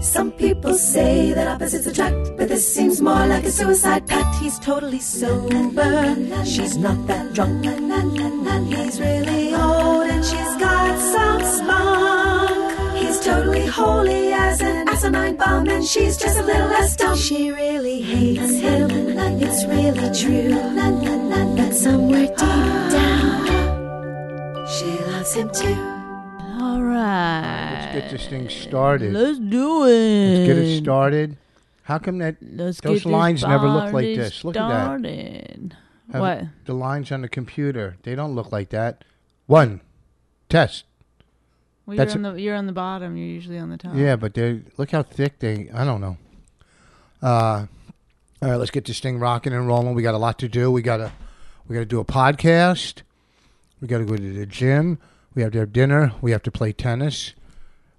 Some people say that opposites attract, but this seems more like a suicide pact. He's totally sober, she's not that drunk. He's really old and she's got some spunk. He's totally holy as an asinine bomb, and she's just a little less dumb. She really hates him, it's really true. But somewhere deep down, she loves him too. All right. Get this Uh, thing started. Let's do it. Let's get it started. How come that Let's those get this lines never look like party this? Look at started. that. Have What? The lines on the computer, they don't look like that. One, test. Well, That's you're, on the, you're on the bottom. You're usually on the top. Yeah, but they look how thick they. I don't know. Uh, all right, let's get this thing rocking and rolling. We got a lot to do. We gotta we gotta do a podcast. We gotta go to the gym. We have to have dinner. We have to play tennis.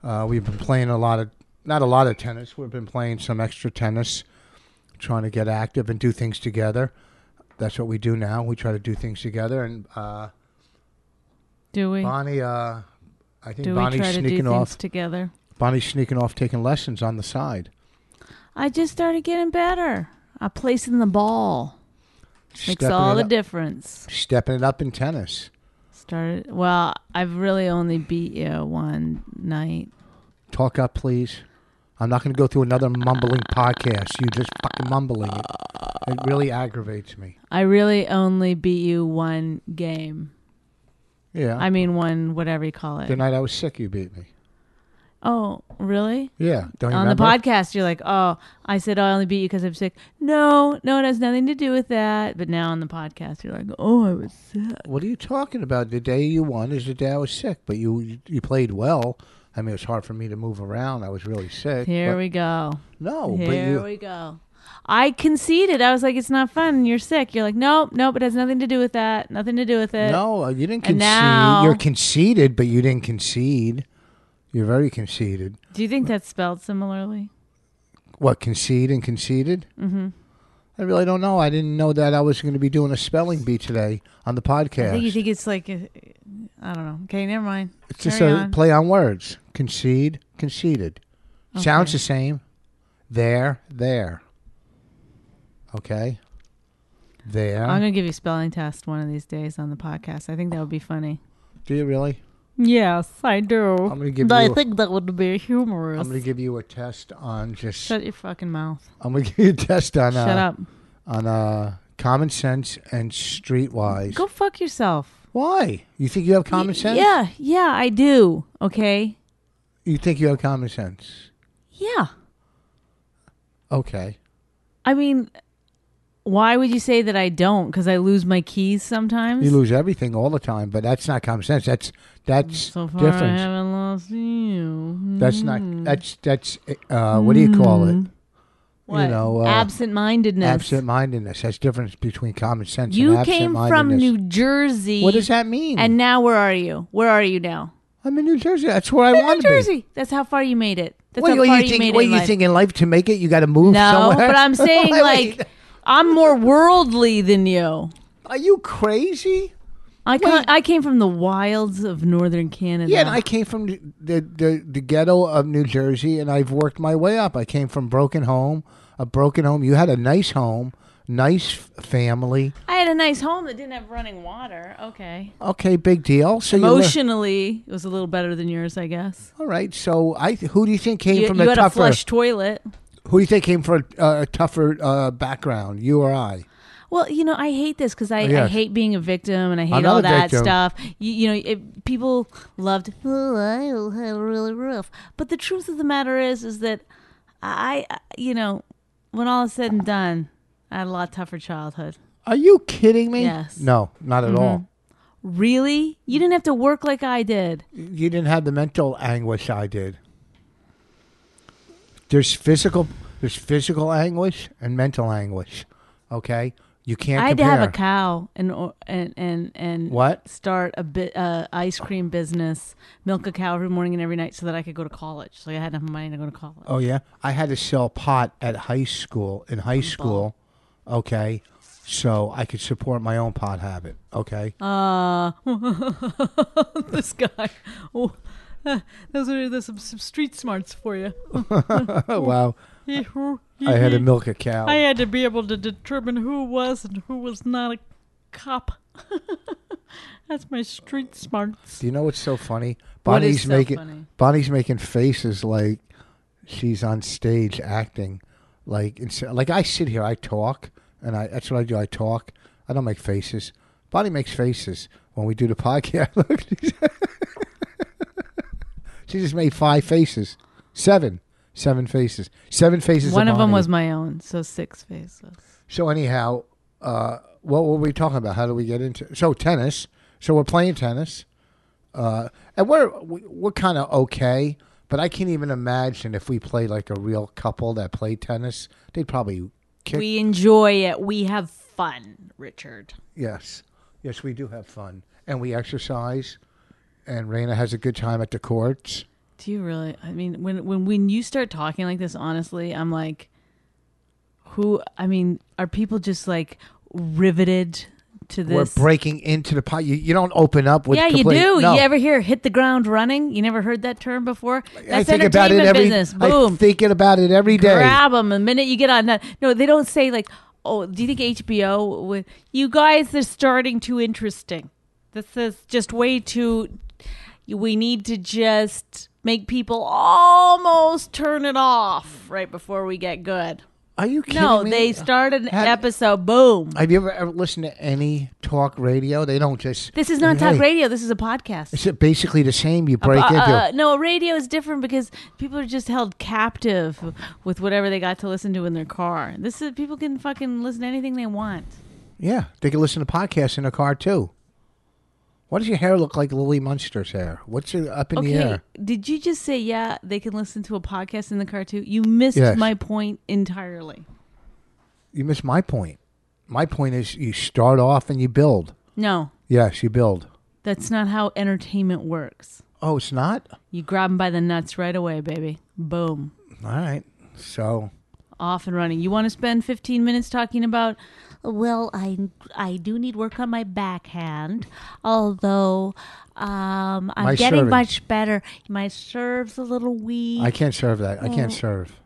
Uh, we've been playing a lot of not a lot of tennis. We've been playing some extra tennis, trying to get active and do things together. That's what we do now. We try to do things together. And uh, Do we? Bonnie, uh, I think do we Bonnie's try to do sneaking things off. together? Bonnie's sneaking off, taking lessons on the side. I just started getting better. I placing the ball makes Stepping all it the up- difference. Stepping it up in tennis. Started. Well, I've really only beat you one night. Talk up, please. I'm not going to go through another mumbling podcast. You just fucking mumbling it. It really aggravates me. I really only beat you one game. Yeah. I mean, one whatever you call it. the night I was sick, you beat me. oh, really? Yeah. Don't you on remember? the podcast you're like oh i said i only beat you because i'm sick no no it has nothing to do with that but now on the podcast you're like oh i was sick What are you talking about? The day you won is the day I was sick, but you you played well. I mean, it was hard for me to move around. I was really sick. here but- we go No, but here you we go i conceded i was like it's not fun you're sick you're like nope nope it has nothing to do with that nothing to do with it no, uh, you didn't concede. And now- You're conceited, but you didn't concede. You're very conceited. do you think that's spelled similarly What concede and conceded? Mm-hmm. I really don't know. I didn't know that I was going to be doing a spelling bee today on the podcast. i think you think it's like a, i don't know okay never mind it's just Carry a on. play on words. Concede, conceded. Sounds the same. There, there. Okay. There. i'm gonna give you a spelling test one of these days on the podcast i think that would be funny Do you really? Yes, I do. I'm gonna give But you I a- think that would be humorous. I'm going to give you a test on just. Shut your fucking mouth. I'm going to give you a test on Shut uh, up. on uh, common sense and streetwise. Go fuck yourself. Why? You think you have common sense? Yeah, yeah, I do. Okay. You think you have common sense? Yeah. Okay. I mean, why would you say that I don't? Because I lose my keys sometimes. You lose everything all the time, but that's not common sense. That's that's so far, mm-hmm. I difference. haven't lost you. Hmm. That's not that's that's uh, what do you call it? What? You know, uh, absent-mindedness. absent-mindedness. That's difference between common sense You and came from absent-mindedness. New Jersey. What does that mean? And now, where are you? Where are you now? I'm in New Jersey. That's where I In want New to be. Jersey. That's how far you made it. That's What, how what far you you made think? it. What in you life. think in life to make it? You got to move No, somewhere. but I'm saying Wait, like I'm more worldly than you. are you crazy? I ca- I came from the wilds of northern Canada. Yeah, and I came from the, the the ghetto of New Jersey, and I've worked my way up. I came from broken home, a broken home. You had a nice home, nice f- family. I had a nice home that didn't have running water. Okay. Okay, big deal. So you li- Emotionally, it was a little better than yours, I guess. all right. So I who do you think came You, from you a had tougher? a flush toilet. Who do you think came from a, a tougher uh, background? You or I? Well, you know, I hate this because I, I Oh, Yes. hate being a victim and I hate all Another that victim. stuff. You, you know, it, people loved, oh, I had it really rough. But the truth of the matter is, is that I, I- you know, when all is said and done, I had a lot tougher childhood. Are you kidding me? Yes. Mm-hmm. No, not at all. Really? You didn't have to work like I did. you didn't have the mental anguish I did. There's physical there's physical anguish and mental anguish. Okay? You can't I had to compare. have a cow and or- and and and What? start a bit uh, ice cream business, milk a cow every morning and every night so that I could go to college. So I had enough money to go to college. Oh yeah, I had to sell pot at high school. In high school, okay, so I could support my own pot habit. Okay, Uh, this guy. Oh, those are the some, some street smarts for you. Oh, wow, I had to milk a cow. Oh. Mm-hmm. I had to be able to determine who was and who was not a cop. That's my street smarts. Do you know what's so funny? What is Bonnie's so making funny? Bonnie's making faces like she's on stage acting, like ins- like I sit here, I talk, and I that's what I do. I talk. I don't make faces. Bonnie makes faces when we do the podcast. Look, she's- she just made five faces, seven, seven faces, seven faces. One of them Bonnie. was my own, so six faces. So anyhow, uh, what were we talking about? How do we get into so tennis? So we're playing tennis, uh, and we're we- we're kind of okay. But I can't even imagine if we played like a real couple that played tennis, they'd probably kick. We enjoy it. We have fun, Richard. yes, yes, we do have fun and we exercise, and Raina has a good time at the courts. Do you really? I mean, when when when you start talking like this, honestly, I'm like, who? I mean, are people just like riveted to this? We're breaking into the pot. You, you don't open up with yeah, complete- you do. No. You ever hear "hit the ground running"? You never heard that term before. That's I think about it entertainment every. business. I'm Boom, thinking about it every day. grab them the minute you get on that. No, they don't say like, "Oh, do you think HBO? Would, you guys are starting too interesting. This is just way too. We need to just make people almost turn it off right before we get good. Are you kidding No, me? they start an Had- episode. Boom. Have you ever, ever listened to any talk radio? They don't just. This is not Hey, talk radio. This is a podcast. It's basically the same. You break Uh, into. uh, no, radio is different because people are just held captive with whatever they got to listen to in their car. This is people can fucking listen to anything they want. yeah, they can listen to podcasts in a car too. Why does your hair look like Lily Munster's hair? What's it up in Okay, the air? did you just say yeah? They can listen to a podcast in the car too. You missed Yes. my point entirely. You missed my point. My point is you start off and you build. No, Yes, you build. that's not how entertainment works. Oh, it's not? You grab them by the nuts right away, baby. Boom. All right. So, off and running. You want to spend 15 minutes talking about well, I I do need work on my backhand, although um, I'm My getting serving. much better. My serve's a little weak. I can't serve that. I can't serve.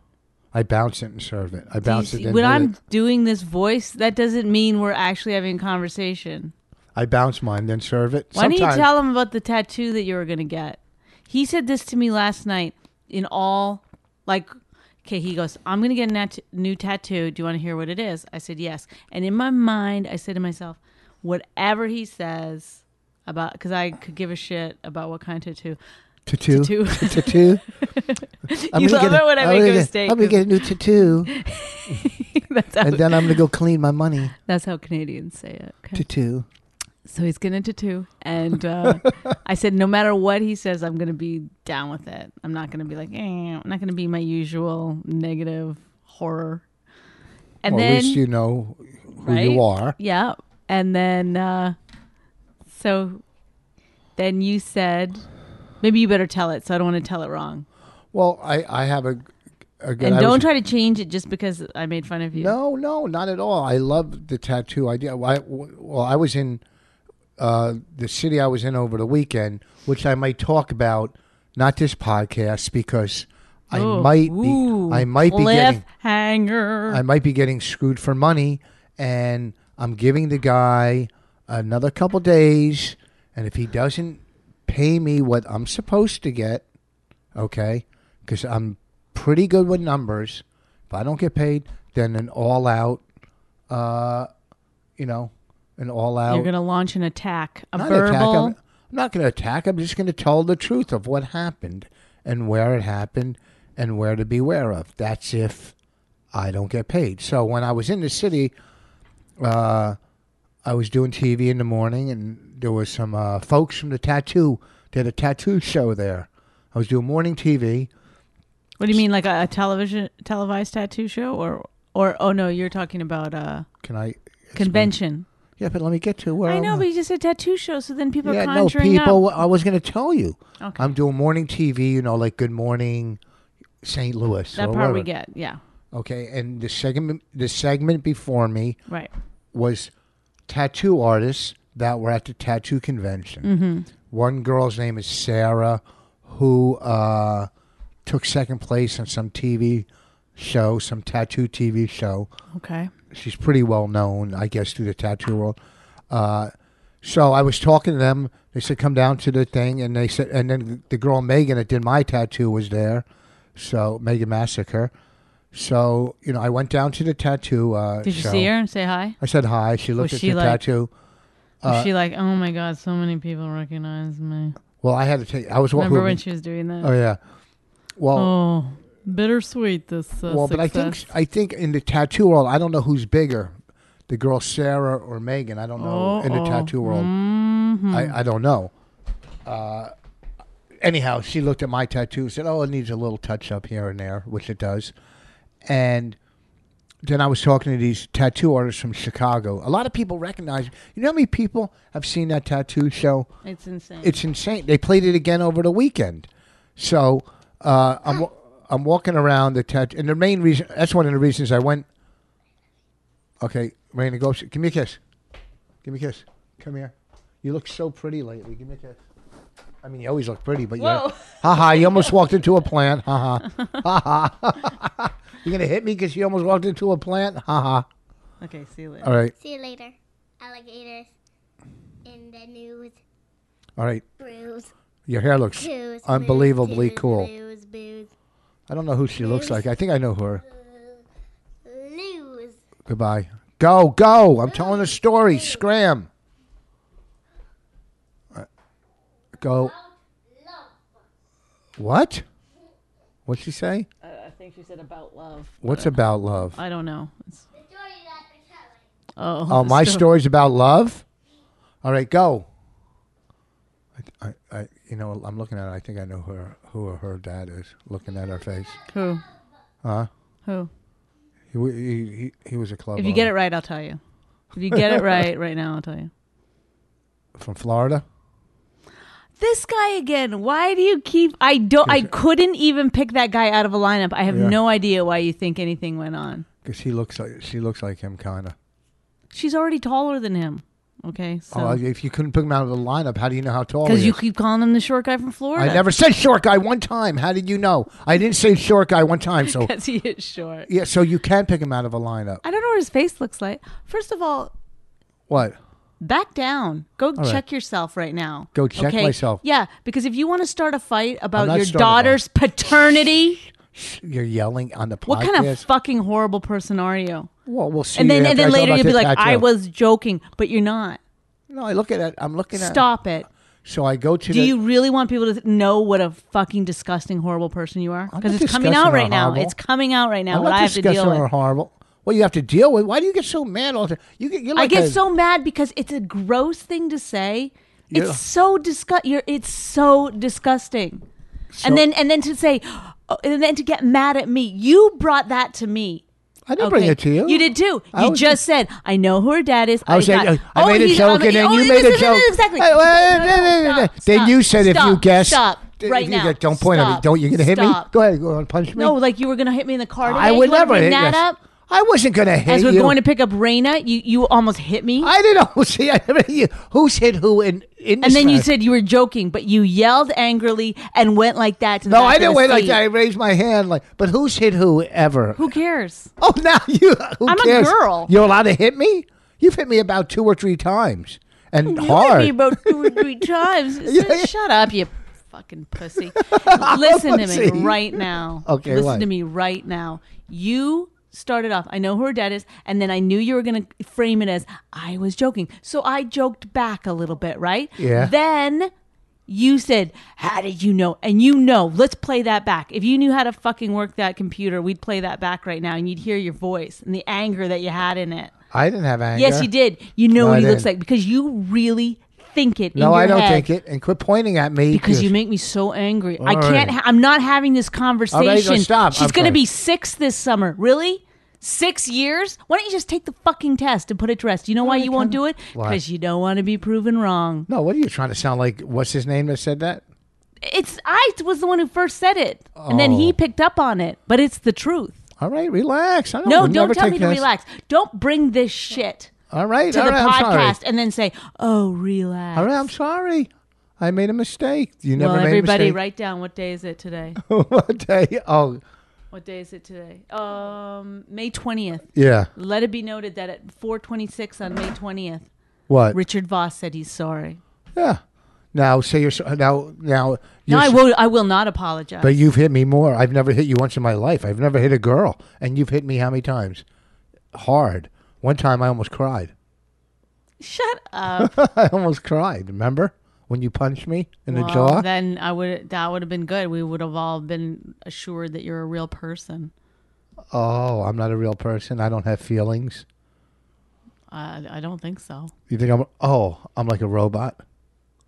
I bounce it and serve it. I bounce it. See, and when do I'm it. doing this voice, that doesn't mean we're actually having a conversation. I bounce mine, then serve it. Why don't Sometimes- you tell him about the tattoo that you were going to get? He said this to me last night in all, like, okay, he goes, I'm going to get a nat- new tattoo. Do you want to hear what it is? I said, yes. And in my mind, I said to myself, whatever he says about, because I could give a shit about what kind of tattoo. Tattoo. Tattoo. Tattoo. I'm You gonna love get it when I I'm make a gonna get- mistake. I'm gonna get a new tattoo, that's, how, and then I'm gonna go clean my money. that's how Canadians say it. okay? Tattoo. So he's going to tattoo. And uh, I said, no matter what he says, I'm going to be down with it. I'm not going to be like, eh, I'm not going to be my usual negative horror. And Well, then, at least you know who right? you are. Yeah. And then, uh, so then you said, maybe you better tell it. So I don't want to tell it wrong. Well, I I have a a good. and I was- don't try to change it just because I made fun of you. No, no, not at all. I love the tattoo idea. I, well, I was in uh, the city I was in over the weekend, which I might talk about, not this podcast, because I Oh, might ooh, be I might be getting cliffhanger. I might be getting screwed for money, and I'm giving the guy another couple days, and if he doesn't pay me what I'm supposed to get, okay, because I'm pretty good with numbers. If I don't get paid, then an all out, uh, you know, an all out. You're going to launch an attack, a not verbal. attack. I'm, I'm not going to attack. I'm just going to tell the truth of what happened and where it happened and where to beware of. That's if I don't get paid. So when I was in the city, uh, I was doing TV in the morning, and there was some uh, folks from the tattoo. They had a tattoo show there. I was doing morning TV. What do you mean, like a, a television televised tattoo show, or or oh no, you're talking about uh Can I? convention. Yeah, but let me get to where I I'm know, at. but you just said tattoo show, so then people are yeah, no conjuring people. up. I was going to tell you. Okay. I'm doing morning TV. You know, like Good Morning, St. Louis. That or part we whatever. get, yeah, Okay, and the segment the segment before me right. was tattoo artists that were at the tattoo convention. Mm-hmm. One girl's name is Sarah, who uh, took second place on some TV show, some tattoo TV show. Okay, She's pretty well known, I guess, through the tattoo world. Uh, so I was talking to them. They said, "Come down to the thing," and they said, and then the girl Megan that did my tattoo was there. So Megan Massacre. So you know, I went down to the tattoo. Uh, did you show. see her and say hi? I said hi. She looked Was at she the like- tattoo. uh, Was she like, oh my god, so many people recognize me. Well, I had to take. I was wa- Remember who- when she was doing that? Oh yeah. Well, Oh, bittersweet. This uh, well, but I think success. I think in the tattoo world, I don't know who's bigger, the girl Sarah or Megan. I don't know in the Uh-oh. tattoo world. Mhm. I, I don't know. Uh, anyhow, she looked at my tattoo and said, Oh, it needs a little touch up here and there, which it does. And then I was talking to these tattoo artists from Chicago. A lot of people recognize you know how many people have seen that tattoo show? it's insane. It's insane. They played it again over the weekend. So uh, I'm wa- I'm walking around the tattoo and the main reason that's one of the reasons I went Okay, Raina go give me a kiss. Give me a kiss. Come here. You look so pretty lately. Give me a kiss. I mean, you always look pretty, but Whoa. you haha, you almost walked into a plant. Haha. Haha. You're going to hit me because you almost walked into a plant? Haha. okay, see you later. All right. See you later, alligators. In the news, All right. brews, Your hair looks booze, unbelievably booze, cool. Booze, booze, I don't know who she looks like. I think I know her. news. Goodbye. Go, go. I'm telling a story. Scram. Uh, Go. What? What'd she say? I think she said about love. What's about love? I don't know. It's, The story that the cat oh, Oh, the my sto- story's about love? All right, go. I, I, I, you know, I'm looking at her. I think I know who her, who her dad is, looking at her face. Who? Huh? Who? He, w- he, he, he was a club If you get it owner right, I'll tell you. If you get it right, right now, I'll tell you. from Florida. This guy again. Why do you keep? I don't. I couldn't even pick that guy out of a lineup. I have Yeah. no idea why you think anything went on. Because he looks like she looks like him, kind of. She's already taller than him. Okay, so Oh, if you couldn't pick him out of the lineup, how do you know how tall? because he you is? keep calling him the short guy from Florida. I never said short guy one time. How did you know? I didn't say short guy one time. So Because he is short. yeah, so you can pick him out of a lineup. I don't know what his face looks like. First of all, What? back down. Go right. check yourself right now. Go check myself. Yeah, because if you want to start a fight I'm about not your starting a daughter's paternity, You're yelling on the podcast. what kind of fucking horrible person are you? well, we'll see. And then and after I then talk later about you'll be the like, I tattoo. was joking, but you're not. No, I look at it. I'm looking at. Stop it. So I go to. Do the, you really want people to th- know what a fucking disgusting, horrible person you are? I'm Because not it's coming disgusting out or right now. horrible. It's coming out right now. I'm what not I have to deal discussing with. her horrible. Well, you have to deal with. Why do you get so mad all the time? You get. You're I like get a- so mad because it's a gross thing to say. Yeah. It's so disgust. You're, it's so disgusting. and then and then to say, oh, and then to get mad at me. You brought that to me. I didn't bring Okay. it to you. You did too. I you was just said, "I know who her dad is." I was saying, got- uh, I oh, made a he's- joke, I'm- and then oh, you this made is- a this is joke. Exactly. Hey, wait, No, no, no, no, stop, no, no. stop, Then you said if you stop, guess, stop if right you now. get- don't point at me. Stop, Don't you gonna hit me? stop. Go ahead, go and punch me. No, like you were gonna hit me in the car. Today. I You would wanna never bring hit that yes. up. I wasn't gonna hit As we're you. going to pick up Raina, you you almost hit me. I didn't know. See, I never you. Who's hit who in in this and then you match? said you were joking, but you yelled angrily and went like that. To the No, back I of didn't the wait like seat. that. I raised my hand like, but who's hit who ever? Who cares? Oh, now you. Who I'm a cares? girl. You're allowed to hit me. You've hit me about two or three times, and You hit hard. me about two or three times. Yeah. Shut up, you fucking pussy. Listen to Pussy. me right now. Okay, Listen what? to me right now. You started off, I know who her dad is, and then I knew you were going to frame it as I was joking. So I joked back a little bit, right? Yeah. Then you said, How did you know? And you know, let's play that back. If you knew how to fucking work that computer, we'd play that back right now and you'd hear your voice and the anger that you had in it. I didn't have anger. Yes, you did. You know No, what I he looks didn't. like because you really think it. No, in your I don't head think it. And quit pointing at me Because you make me so angry. I All can't. right. Ha- I'm not having this conversation. stop. She's I'm going to sorry. be six this summer. Really? Six years? Why don't you just take the fucking test and put it to rest? You know why you won't do it? Why? Because you don't want to be proven wrong. No, what are you trying to sound like? What's his name that said that? It's I was the one who first said it, and then he Oh. picked up on it. But it's the truth. All right, relax. I don't, No, would don't never tell take me to this. relax. Don't bring this shit All right, to all the right, I'm sorry. podcast and then say, "Oh, relax." All right, I'm sorry. I made a mistake. You never well, made everybody, a mistake. write down what day is it today. what day? Oh, What day is it today? Um, May twentieth. yeah. Let it be noted that at four twenty-six on May twentieth, What? Richard Voss said he's sorry. Yeah. Now, say you're so- now now. No, you're I so- will. I will not apologize. But you've hit me more. I've never hit you once in my life. I've never hit a girl, and you've hit me how many times? Hard. One time I almost cried. Shut up. I almost cried. Remember when you punched me in the jaw? Well, then I would. That would have been good. We would have all been assured that you're a real person. oh, I'm not a real person. I don't have feelings. I I don't think so. You think I'm? Oh, I'm like a robot.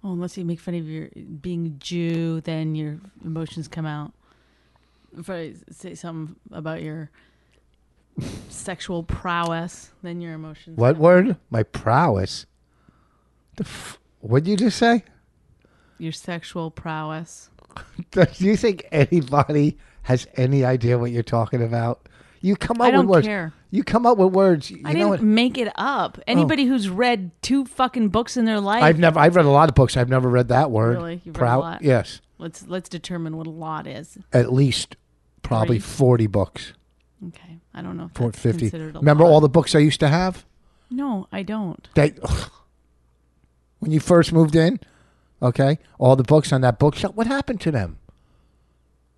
Well, unless you make fun of your being Jew, then your emotions come out. If I say something about your sexual prowess, then your emotions. What word? My prowess. The f- what did you just say? Your sexual prowess. Do you think anybody has any idea what you're talking about? You come up I don't with words. care. You come up with words. You I know didn't what? Oh. make it up. Anybody who's read two fucking books in their life, I've never. I've read a lot of books. I've never read that word. Really? You've read a Prow- lot? Yes, let's let's determine what a lot is. at least probably Three. forty books. Okay, I don't know. If Four that's fifty. Considered a Remember lot. all the books I used to have? No, I don't. That when you first moved in, okay, all the books on that bookshelf. What happened to them?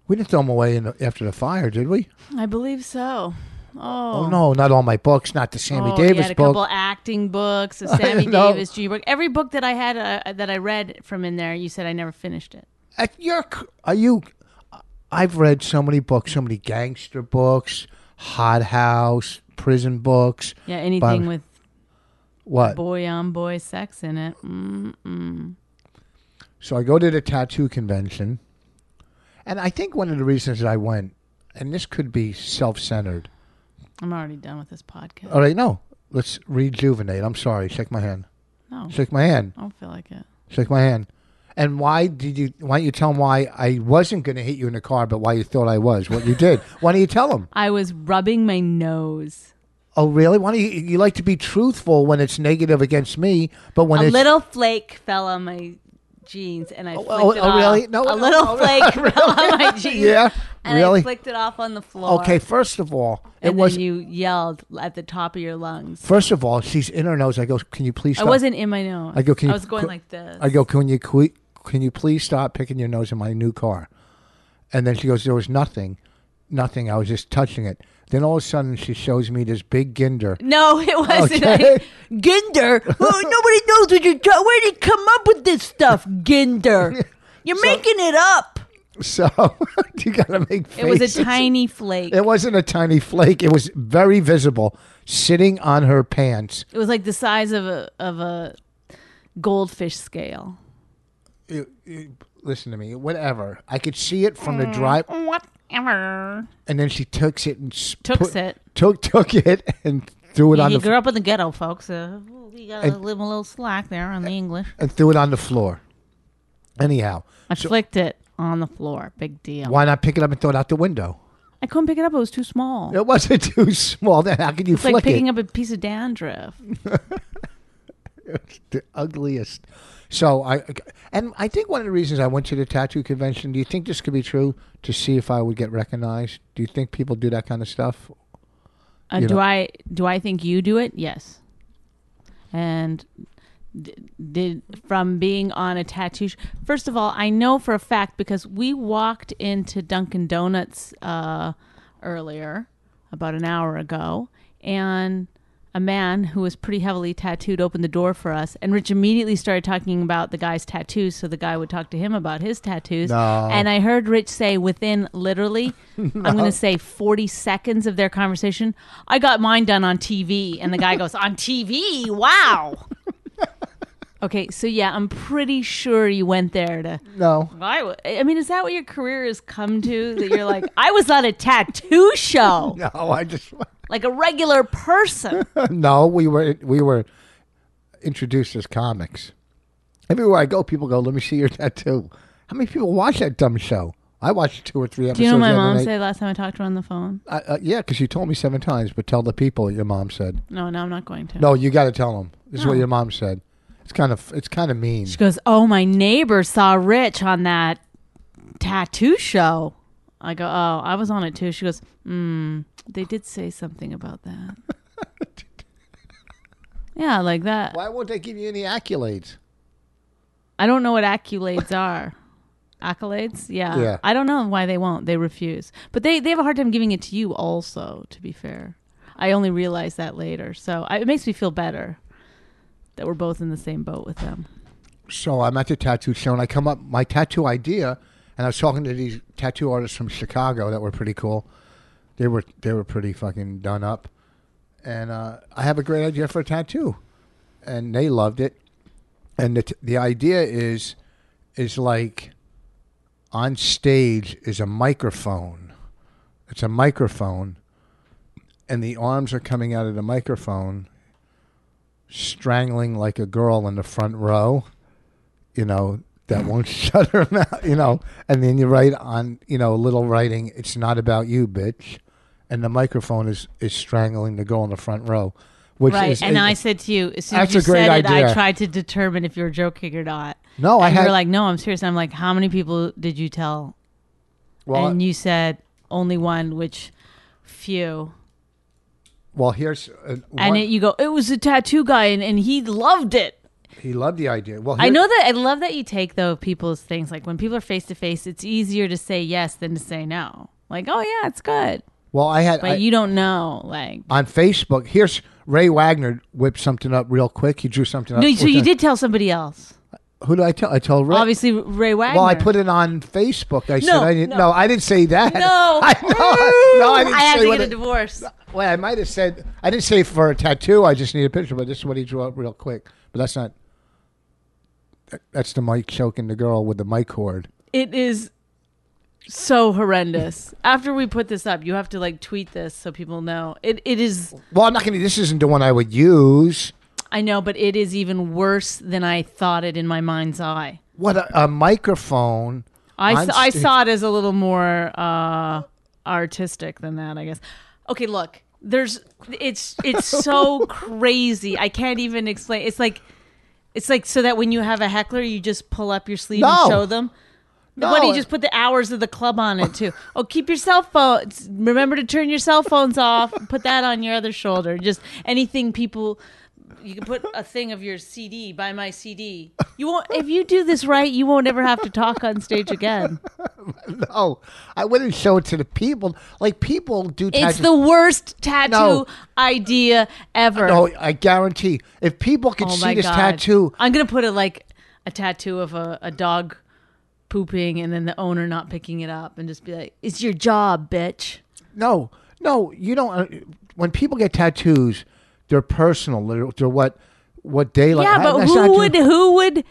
We didn't throw them away in the, after the fire, did we? I believe so. Oh, Oh. no, not all my books. Not the Sammy oh, Davis you had a book. couple acting books, a Sammy know. Davis G book. Every book that I had uh, that I read from in there, you said I never finished it. At your, c- are you? I've read so many books, so many gangster books, hot house, prison books. Yeah, anything with What? boy on boy sex in it. Mm-mm. So I go to the tattoo convention, and I think one of the reasons that I went, and this could be self-centered. I'm already done with this podcast. All right, no, let's rejuvenate. I'm sorry. Shake my hand. No, Shake my hand. I don't feel like it. Shake my hand. And why did you? Why don't you tell them why I wasn't going to hit you in the car, but why you thought I was? What you did? why don't you tell them? I was rubbing my nose. Oh, really? Why do you, you like to be truthful when it's negative against me, but when a it's little flake fell on my jeans, and I flicked oh, it oh, off. really? No, a no, little oh, flake fell on my jeans. yeah, and really? I flicked it off on the floor. okay, first of all, and it was then you yelled at the top of your lungs. first of all, she's in her nose. I go, can you please? I Stop? wasn't in my nose. I go, can you I was going qu- like this. I go, can you que- can you please stop picking your nose in my new car? And then she goes, there was nothing, nothing. I was just touching it. Then all of a sudden, she shows me this big ginder. No, it wasn't. Okay. I, Ginder. Oh, nobody knows what you're talking. Where did you come up with this stuff, Ginder? You're making it up. So you gotta make. It was faces. a tiny flake. It It, wasn't a tiny flake. It was very visible, sitting on her pants. was like the size of a of a goldfish scale. it- it- listen to me, whatever. I could see it from the Mm. drive, Whatever. and then she took it and s- Tooks put- it. took took it and threw it on he the grew f- up in the ghetto, folks. Uh, we gotta And- live a little slack there on the English. and threw it on the floor. Anyhow, I flicked it on the floor. Big deal. why not pick it up and throw it out the window? I couldn't pick it up. It was too small. It wasn't too small. Then how could you It's flick like picking it? up a piece of dandruff. the ugliest. So I and I think one of the reasons I went to the tattoo convention. Do you think this could be true? To see if I would get recognized. Do you think people do that kind of stuff? Uh, You do know- I do I think you do it? Yes. And d- did from being on a tattoo. Sh- First of all, I know for a fact because we walked into Dunkin' Donuts uh, earlier, about an hour ago, and a man who was pretty heavily tattooed opened the door for us, and Rich immediately started talking about the guy's tattoos, so the guy would talk to him about his tattoos. No. And I heard Rich say within literally, I'm going to say 40 seconds of their conversation, I got mine done on TV. And the guy goes, On TV? Wow. okay, so yeah, I'm pretty sure you went there to. No. I, w- I mean, is that what your career has come to? That you're like, I was on a tattoo show. No, I just like a regular person. no, we were we were introduced as comics. Everywhere I go, people go, "Let me see your tattoo." How many people watch that dumb show? I watched two or three episodes. Do you know what my the other mom night. said last time I talked to her on the phone? Uh, uh, yeah, because you told me seven times, but tell the people what your mom said. No, no, I'm not going to. No, you got to tell them. This is what your mom said. It's kind of it's kind of mean. She goes, "Oh, my neighbor saw Rich on that tattoo show." I go, "Oh, I was on it too." She goes, "Hmm, they did say something about that." yeah, like that. Why won't they give you any accolades? I don't know what accolades are. Accolades? Yeah. Yeah. I don't know why they won't. They refuse. But they, they have a hard time giving it to you also, to be fair. I only realized that later. So I, it makes me feel better that we're both in the same boat with them. So I'm at the tattoo show, and I come up my tattoo idea, and I was talking to these tattoo artists from Chicago that were pretty cool. They were they were pretty fucking done up, and uh, I have a great idea for a tattoo, and they loved it. And the t- the idea is is like on stage is a microphone. It's a microphone, and the arms are coming out of the microphone, strangling like a girl in the front row you know, that won't shut her mouth, you know. And then you write on, you know, little writing, it's not about you, bitch. And the microphone is, is strangling the girl in the front row. Which Right. is, and it- I said to you, as soon as That's you a great said it, I idea. tried to determine if you were joking or not. No, I and you had- were like, no, I'm serious. I'm like, how many people did you tell? well, and you said only one, which few. well, here's uh, one, And it, you go, it was a tattoo guy and, and he loved it. he loved the idea. Well, I here- know that I love that you take though people's things like when people are face to face, it's easier to say yes than to say no. Like, oh yeah, it's good, Well, I had but I- you don't know. Like, on Facebook. Here's Ray Wagner whipped something up real quick. He drew something up. no, so with you a- did tell somebody else. Who did I tell? I told Ray. Obviously, Ray Wagner. Well, I put it on Facebook. I said No, I didn't. no. No. I didn't say that. no. I know. No, I didn't I say have to what get a it- divorce. Well, I might have said I didn't say for a tattoo. I just need a picture, but this is what he drew up real quick. But that's not. that- That's the mic choking the girl with the mic cord. It is so horrendous. After we put this up, you have to like tweet this so people know. It it is. Well, I'm not gonna. This isn't the one I would use. I know, but it is even worse than I thought it in my mind's eye. What a, a microphone. I, on s- I sta- saw it as a little more uh, artistic than that, I guess. Okay, look, there's it's it's so crazy. I can't even explain. It's like it's like so that when you have a heckler, you just pull up your sleeve No. and show them. No, Why do you it- just put the hours of the club on it too? oh, keep your cell phones. Remember to turn your cell phones off. Put that on your other shoulder. Just anything people. You can put a thing of your CD. Buy my CD. You won't. If you do this right, you won't ever have to talk on stage again. No, Oh, I wouldn't show it to the people. Like people do. It's tattoos. the worst tattoo No. idea ever. No, I guarantee. If people could oh my see this god! tattoo, I'm gonna put it like a tattoo of a, a dog pooping and then the owner not picking it up and just be like, "It's your job, bitch." No, no, you don't. uh, When people get tattoos, they're personal. They're, they're what what they like. yeah, I- but that's who not doing- would who would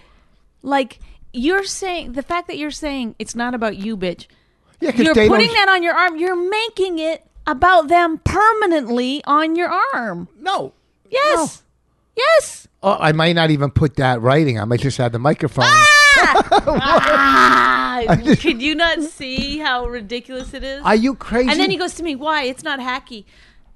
like you're saying the fact that you're saying it's not about you, bitch. Yeah, 'cause You're they putting don't- that on your arm. You're making it about them permanently on your arm. No. Yes. Yes. Oh, I might not even put that writing. I might just have the microphone. Ah, could you not see how ridiculous it is? Are you crazy? and then he goes to me, "Why? It's not hacky."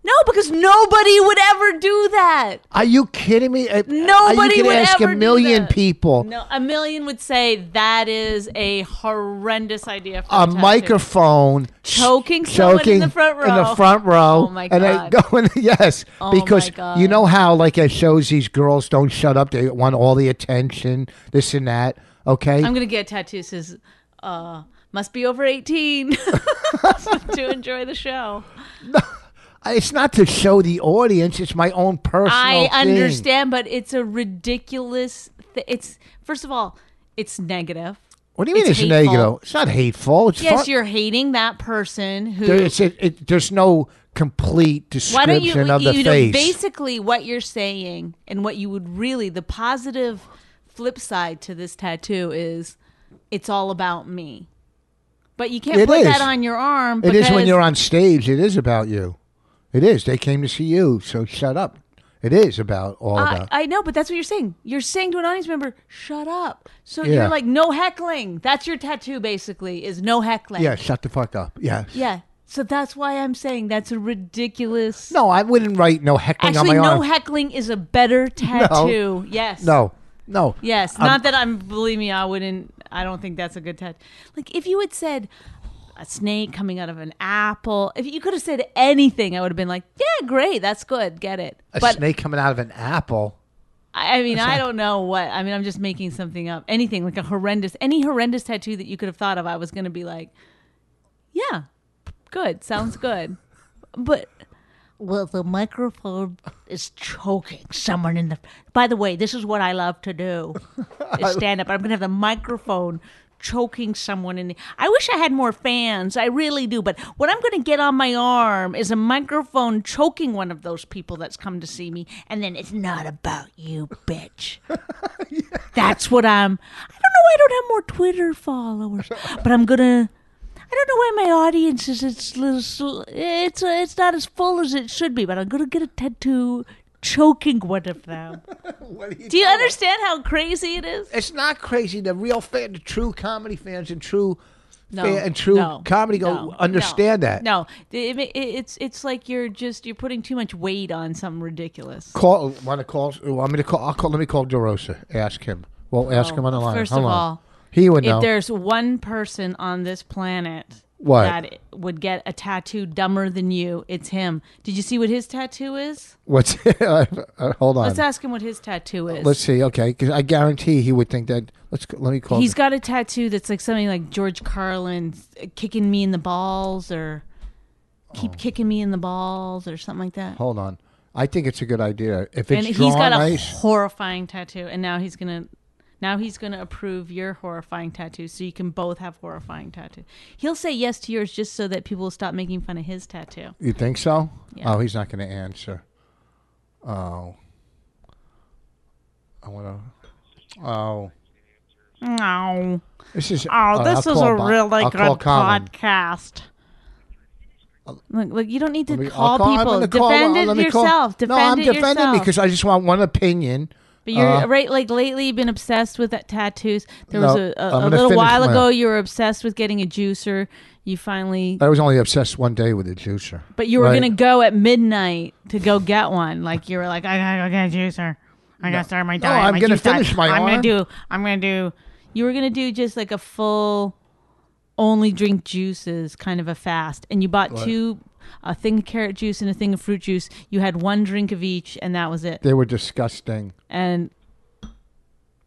No, because nobody would ever do that. Are you kidding me? Uh, Are Nobody you gonna would ask ever a do million that. people. No, a million would say that is a horrendous idea. For A tattoo. microphone Choking sh- someone in the choking front in the row. front row, Oh, my and they God. Oh go in- yes, my because God. you know how like it shows these girls don't shut up; they want all the attention, this and that. Okay, I'm gonna get a tattoo that says, uh, "Must be over 18 to enjoy the show." It's not to show the audience. It's my own personal. I thing. understand, but it's a ridiculous. Th- it's first of all, it's negative. What do you mean It's it's, hateful. negative? It's not hateful. It's Yes, fun. you're hating that person who. There- it's- it- it- there's no complete why don't description you, of the you know, face. basically what you're saying and what you would really the positive flip side to this tattoo is it's all about me. But you can't It put is. that on your arm it because is when you're on stage. It is about you. It is. They came to see you, so shut up. It is about all I, about. I know, but that's what you're saying. You're saying to an audience member, "Shut up." So Yeah. you're like, "No heckling." That's your tattoo, basically, is no heckling. yeah, shut the fuck up. Yeah. Yeah. So that's why I'm saying that's a ridiculous. No, I wouldn't write no heckling Actually, on my no arm. heckling is a better tattoo. Yes. no, no. Yes. Um, Not that I'm. Believe me, I wouldn't. I don't think that's a good tattoo. Like if you had said a snake coming out of an apple, if you could have said anything, I would have been like, "Yeah, great, that's good, get it." A but snake coming out of an apple. I I mean, I don't know what. I mean, I'm just making something up. Anything like a horrendous, any horrendous tattoo that you could have thought of, I was going to be like, yeah, good, sounds good. but well, the microphone is choking someone in the. By the way, this is what I love to do: is stand up. I'm going to have the microphone choking someone in the. I wish I had more fans. I really do. But what I'm going to get on my arm is a microphone choking one of those people that's come to see me, and then it's not about you, bitch. That's what I'm. I don't know why I don't have more Twitter followers, but I'm gonna. I don't know why my audience is it's little, it's it's not as full as it should be, but I'm gonna get a tattoo choking one of them. What Do you understand how crazy it is? It's not crazy. The real fan, the true comedy fans, and true No, fan, and true no, comedy go no, understand no, that. No, It- it- it's it's like you're just you're putting too much weight on something ridiculous. Call. Want to call? Want me to call? I'll call. Let me call DeRosa. Ask him. Well, ask him on the line. Oh, First Hold of on. all, he would if know. there's one person on this planet What? that would get a tattoo dumber than you, it's him. Did you see what his tattoo is? What's? uh, hold on. Let's ask him what his tattoo is. Let's see. Okay, because I guarantee he would think that. Let's. Let me call. He's got a tattoo that's like something like George Carlin uh, kicking me in the balls or Oh. keep kicking me in the balls or something like that. Hold on. I think it's a good idea. If And it's he's drawn got a nice, horrifying tattoo and now he's going to now he's going to approve your horrifying tattoo so you can both have horrifying tattoo. He'll say yes to yours just so that people will stop making fun of his tattoo. you think so? Yeah. Oh, he's not going to answer. Oh. I want to. Oh. No. This is. Oh, this is a really I'll good call Colin. podcast. Look, look, you don't need to Let me- I'll call, I'm people. gonna call- uh, Defend let it me call- yourself. Defend no, I'm it defending yourself. because I just want one opinion. But you're Uh, right. Like lately, you've been obsessed with that tattoos. There was No, a, a, I'm a gonna little finish while my- ago, you were obsessed with getting a juicer. You finally, I was only obsessed one day with the juicer. but you were Right. gonna go at midnight to go get one. Like you were like, I gotta go get a juicer. I gotta start my No, diet. I'm my gonna juice diet. finish my I'm arm." gonna do. I'm gonna do. You were gonna do just like a full, only drink juices kind of a fast, and you bought two. A thing of carrot juice and a thing of fruit juice. You had one drink of each, and that was it. They were disgusting. And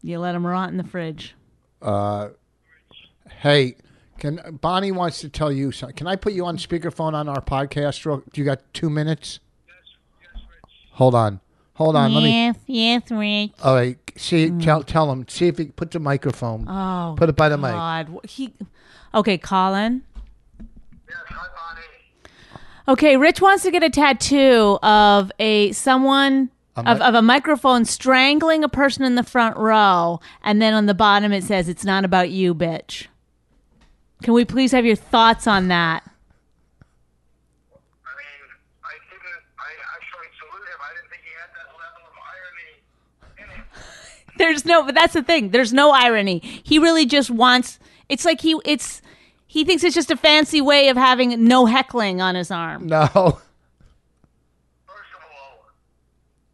you let them rot in the fridge. Hey, can Bonnie wants to tell you something. Can I put you on speakerphone on our podcast? Real, do you got two minutes? Hold on, hold on. Let me. Yes, yes, Rich. All right, see, tell tell him. See if he put the microphone. Mm. Oh, put it by the mic. God. Wh- He, okay, Colin. Yes, hi, Bonnie. Okay, Rich wants to get a tattoo of a someone mic- of, of a microphone strangling a person in the front row, and then on the bottom it says, "It's not about you, bitch." Can we please have your thoughts on that? I mean, I didn't, I actually salute him. I didn't think he had that level of irony in him. There's no, but that's the thing. There's no irony. He really just wants. It's like he. It's he thinks it's just a fancy way of having no heckling on his arm. No, First of all,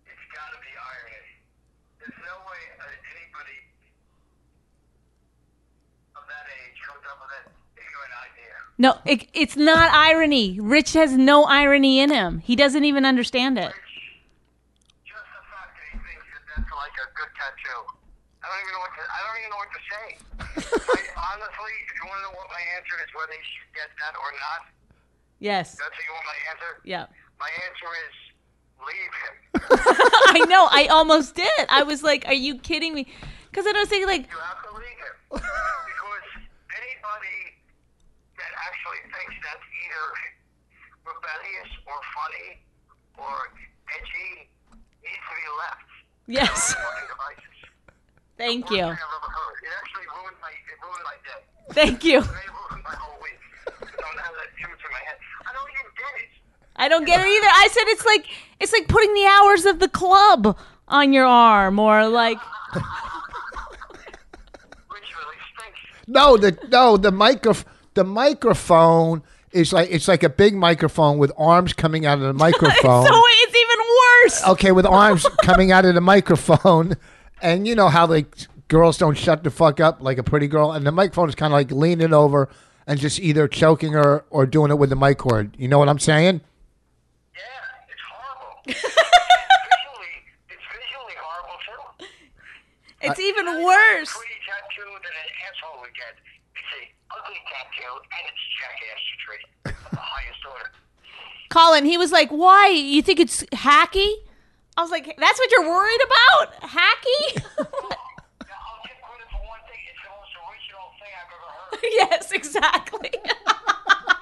it's got to be irony. There's no way uh, anybody of that age comes up with an ignorant idea. No, it, it's not irony. Rich has no irony in him. He doesn't even understand it. Just the fact that he thinks that that's like a good tattoo. I don't even know what to, I don't even know what to say. I, honestly, if you want to know what my answer is, whether he should get that or not, Yes. that's what you want my answer? Yeah. My answer is leave him. I know. I almost did. I was like, are you kidding me? Because I was thinking, like, You have to leave him. because anybody that actually thinks that's either rebellious or funny or edgy needs to be left. yes. Fucking devices. Thank Worst you. thing I've ever heard. It actually ruined my it ruined my day. Thank you. It ruined my whole week. So now that came to my head. I don't even get it. I I don't get it either. I said it's like it's like putting the hours of the club on your arm, or like which really stinks. No, the no the micro the microphone is like it's like a big microphone with arms coming out of the microphone. so it's even worse. okay, with arms coming out of the microphone, and you know how like girls don't shut the fuck up like a pretty girl, and the microphone is kind of like leaning over and just either choking her or doing it with the mic cord. You know what I'm saying? Yeah, it's horrible. visually, it's visually horrible too. It's even worse. Pretty tattoo than an asshole would get. It's a ugly tattoo and it's jackass tree of the highest order. Colin, he was like, "Why? You think it's hacky?" I was like, "That's what you're worried about? Hacky?" Now, I'll give credit for one thing. It's the most original thing I've ever heard. yes, exactly.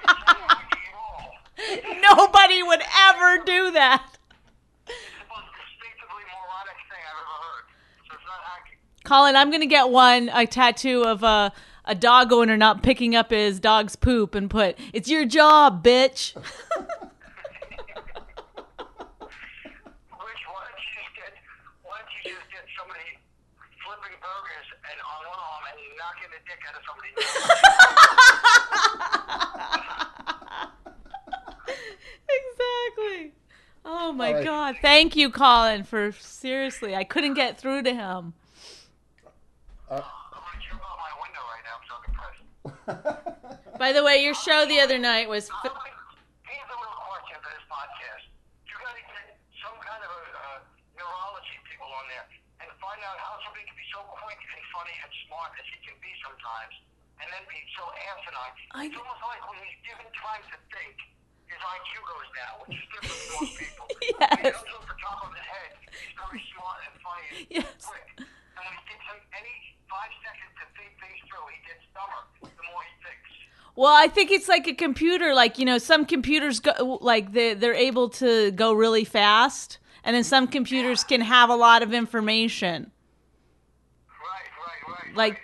It's not hacky at all. Nobody would ever do that. It's the most distinctively moronic thing I've ever heard. So it's not hacky. Colin, I'm gonna get one a tattoo of a a dog owner not picking up his dog's poop and put it's your job, bitch. Rich, why don't you just get why don't you just get somebody flipping burgers and on one arm and knocking the dick out of somebody? exactly. Oh my god! Thank you, Colin, for seriously. I couldn't get through to him. I'm gonna jump out my window right now. I'm so depressed. By the way, your show the other night was. F- Here's Oh, a real question for this podcast. You gotta get some kind of a uh, neurology people on there and find out how somebody can be so quick and funny and smart as he can be sometimes, and then be so asinine. It's almost like when he's given time to think, his IQ goes down, which is different from most people. When he Yes. comes off the top of his head, he's very smart and funny and Yes. quick. And if it takes him any five seconds to think things through, he gets dumber the more he thinks. well, I think it's like a computer. Like you know, some computers go like they they're able to go really fast, and then some computers can have a lot of information. Right, right, right. Like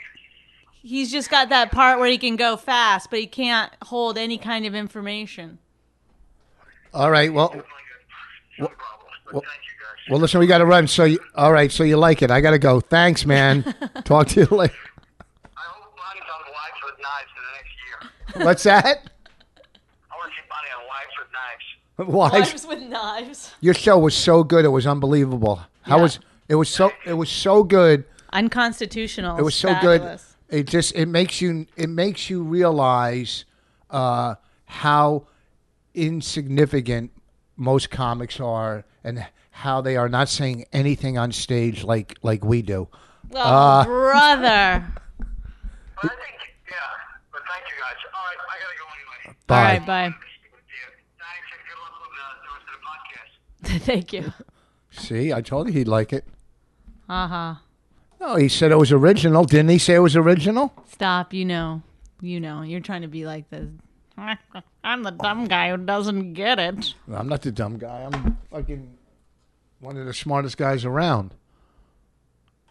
he's just got that part where he can go fast, but he can't hold any kind of information. All right. Well, No problem. But thank you guys. well, listen, we got to run. So, you, all right. So you like it? I got to go. Thanks, man. Talk to you later. I hope Bonnie's on Wives with Knives in the next year. What's that? I want to see Bonnie on Wives with Knives. Why? Knives with knives. Your show was so good. It was unbelievable. How Yeah. was? It was so. It was so good. Unconstitutional. It was so Fabulous. good. It just it makes you it makes you realize uh, how insignificant most comics are and how they are not saying anything on stage like like we do. Oh, Uh, brother. But I think, yeah. But thank you guys. All right, I gotta go anyway. All Bye. right, bye. Yeah. Thanks and good luck with the, the rest of the podcast. Thank you. See, I told you he'd like it. Uh huh. No, he said it was original. Didn't he say it was original? Stop. You know. You know. You're trying to be like the. I'm the dumb guy who doesn't get it. No, I'm not the dumb guy. I'm fucking one of the smartest guys around.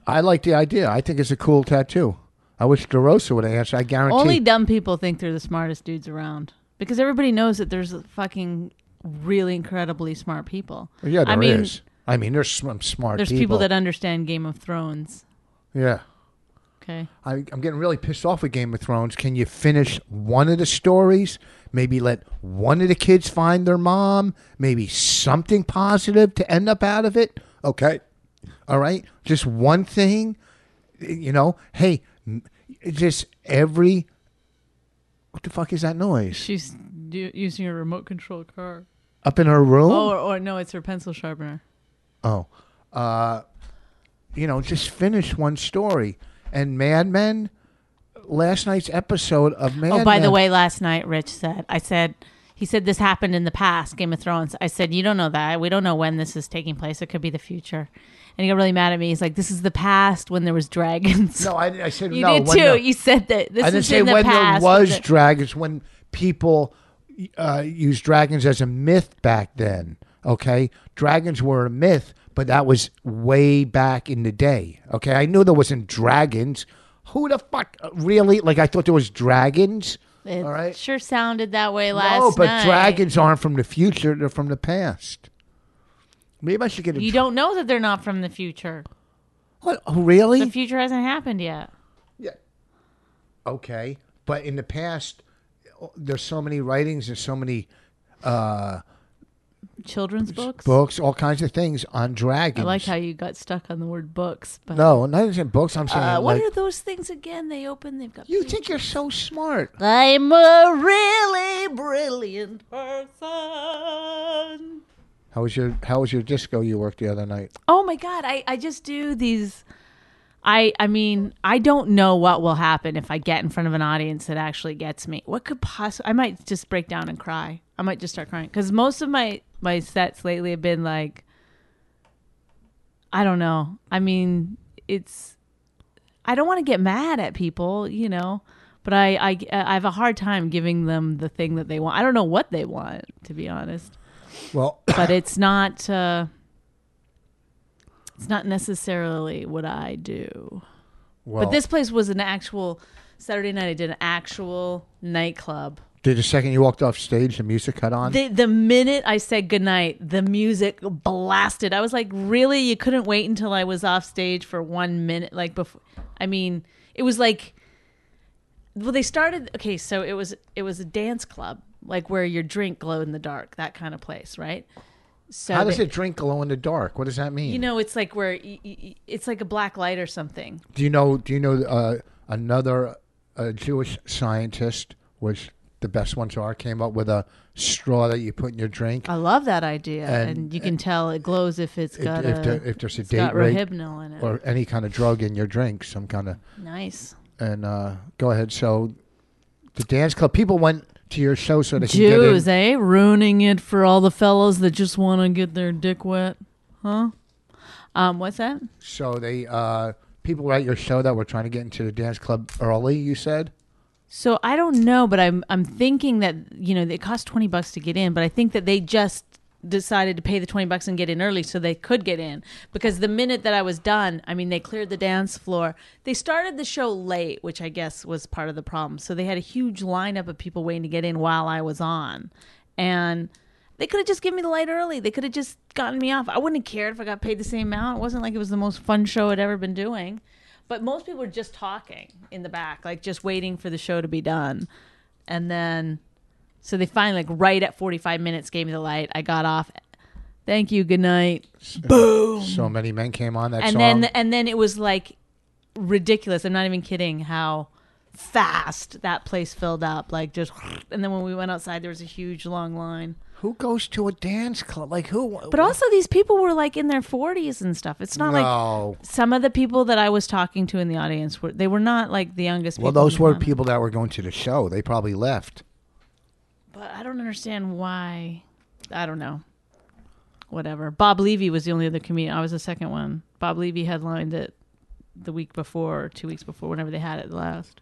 I like the idea. I think it's a cool tattoo. I wish DeRosa would answer. I guarantee. Only dumb people think they're the smartest dudes around because everybody knows that there's fucking really incredibly smart people. Well, Yeah, there I is. mean, I mean, there's some smart there's people. that understand Game of Thrones. yeah. Okay. I, I'm getting really pissed off with Game of Thrones. Can you finish one of the stories? Maybe let one of the kids find their mom. Maybe something positive to end up out of it. Okay. All right. Just one thing. You know, hey, m- just every. What the fuck is that noise? She's do- using a remote control car. Up in her room? Oh, or, or no, it's her pencil sharpener. Oh, uh, you know, just finish one story. And Mad Men, last night's episode of Mad Men. Oh, by the way, last night Rich said, I said, he said this happened in the past, Game of Thrones. I said, you don't know that. We don't know when this is taking place. It could be the future. And he got really mad at me. He's like, this is the past when there was dragons. No, I, I said you no. did when too. the- you said that this I didn't is say in the when past. there was when the- dragons. When people uh, used dragons as a myth back then. Okay, dragons were a myth, but that was way back in the day. Okay, I knew there wasn't dragons. Who the fuck really? Like I thought there was dragons. It All right. sure sounded that way last No, but night. dragons aren't from the future; they're from the past. Maybe I should get a. You don't know that they're not from the future. What? Oh, really? The future hasn't happened yet. Yeah. Okay, but in the past, oh, there's so many writings and so many Children's books. books, all kinds of things on I dragons. like how you got stuck on the word books. But No, not even books. I'm saying. uh, what like, are those things again? They open. They've got. you think you're so smart? I'm a really brilliant person. How was your How was your disco you worked the other night? Oh my god, I I just do these I I mean, I don't know what will happen if I get in front of an audience that actually gets me. What could possibly I might just break down and cry. I might just start crying cuz most of my my sets lately have been like I don't know. I mean, it's I don't want to get mad at people, you know, but I I I have a hard time giving them the thing that they want. I don't know what they want, to be honest Well, but it's not uh, it's not necessarily what I do. well. But this place was an actual Saturday night. I did an actual nightclub. did the second you walked off stage, the music cut on. The the minute I said goodnight, the music blasted. I was like, really? You couldn't wait until I was off stage for one minute? Like before? I mean, it was like. Well, they started. Okay, so it was it was a dance club, like where your drink glowed in the dark, that kind of place, right? So How does they- it drink glow in the dark? What does that mean? You know, it's like where y- y- y- it's like a black light or something. do you know? Do you know uh, another uh, Jewish scientist was the best ones are came up with a straw that you put in your drink. I love that idea, and, And- you can tell it glows if it's if, got if, a, there, if there's a it's date got rape rohypnol in it. or any kind of drug in your drink, some kind of. nice. And uh, go ahead. So, the dance club people went to your show so they could get in. Jews, eh? Ruining it for all the fellows that just want to get their dick wet, huh? Um, what's that? So they uh, people were at your show that were trying to get into the dance club early. You said So I don't know, but I'm I'm thinking that you know it cost twenty bucks to get in, but I think that they just decided to pay the twenty bucks and get in early so they could get in because the minute that I was done, I mean they cleared the dance floor. They started the show late, which I guess was part of the problem. So they had a huge lineup of people waiting to get in while I was on, and they could have just given me the light early. They could have just gotten me off. I wouldn't have cared if I got paid the same amount. It wasn't like it was the most fun show I'd ever been doing. But most people were just talking in the back, like just waiting for the show to be done. And then, so they finally, like right at 45 minutes, gave me the light. I got off. Thank you. Good night. so many men came on that And song. then, and then it was like ridiculous. I'm not even kidding how fast that place filled up. Like just, and then when we went outside, there was a huge long line. who goes to a dance club? Like who? But also, these people were like in their 40s and stuff. It's not like no. some of the people that I was talking to in the audience were they were not like the youngest. well, people those in were town. people that were going to the show. They probably left. But I don't understand why. I don't know. Whatever. Bob Levy was the only other comedian. I was the second one. Bob Levy headlined it the week before, or two weeks before, whenever they had it last.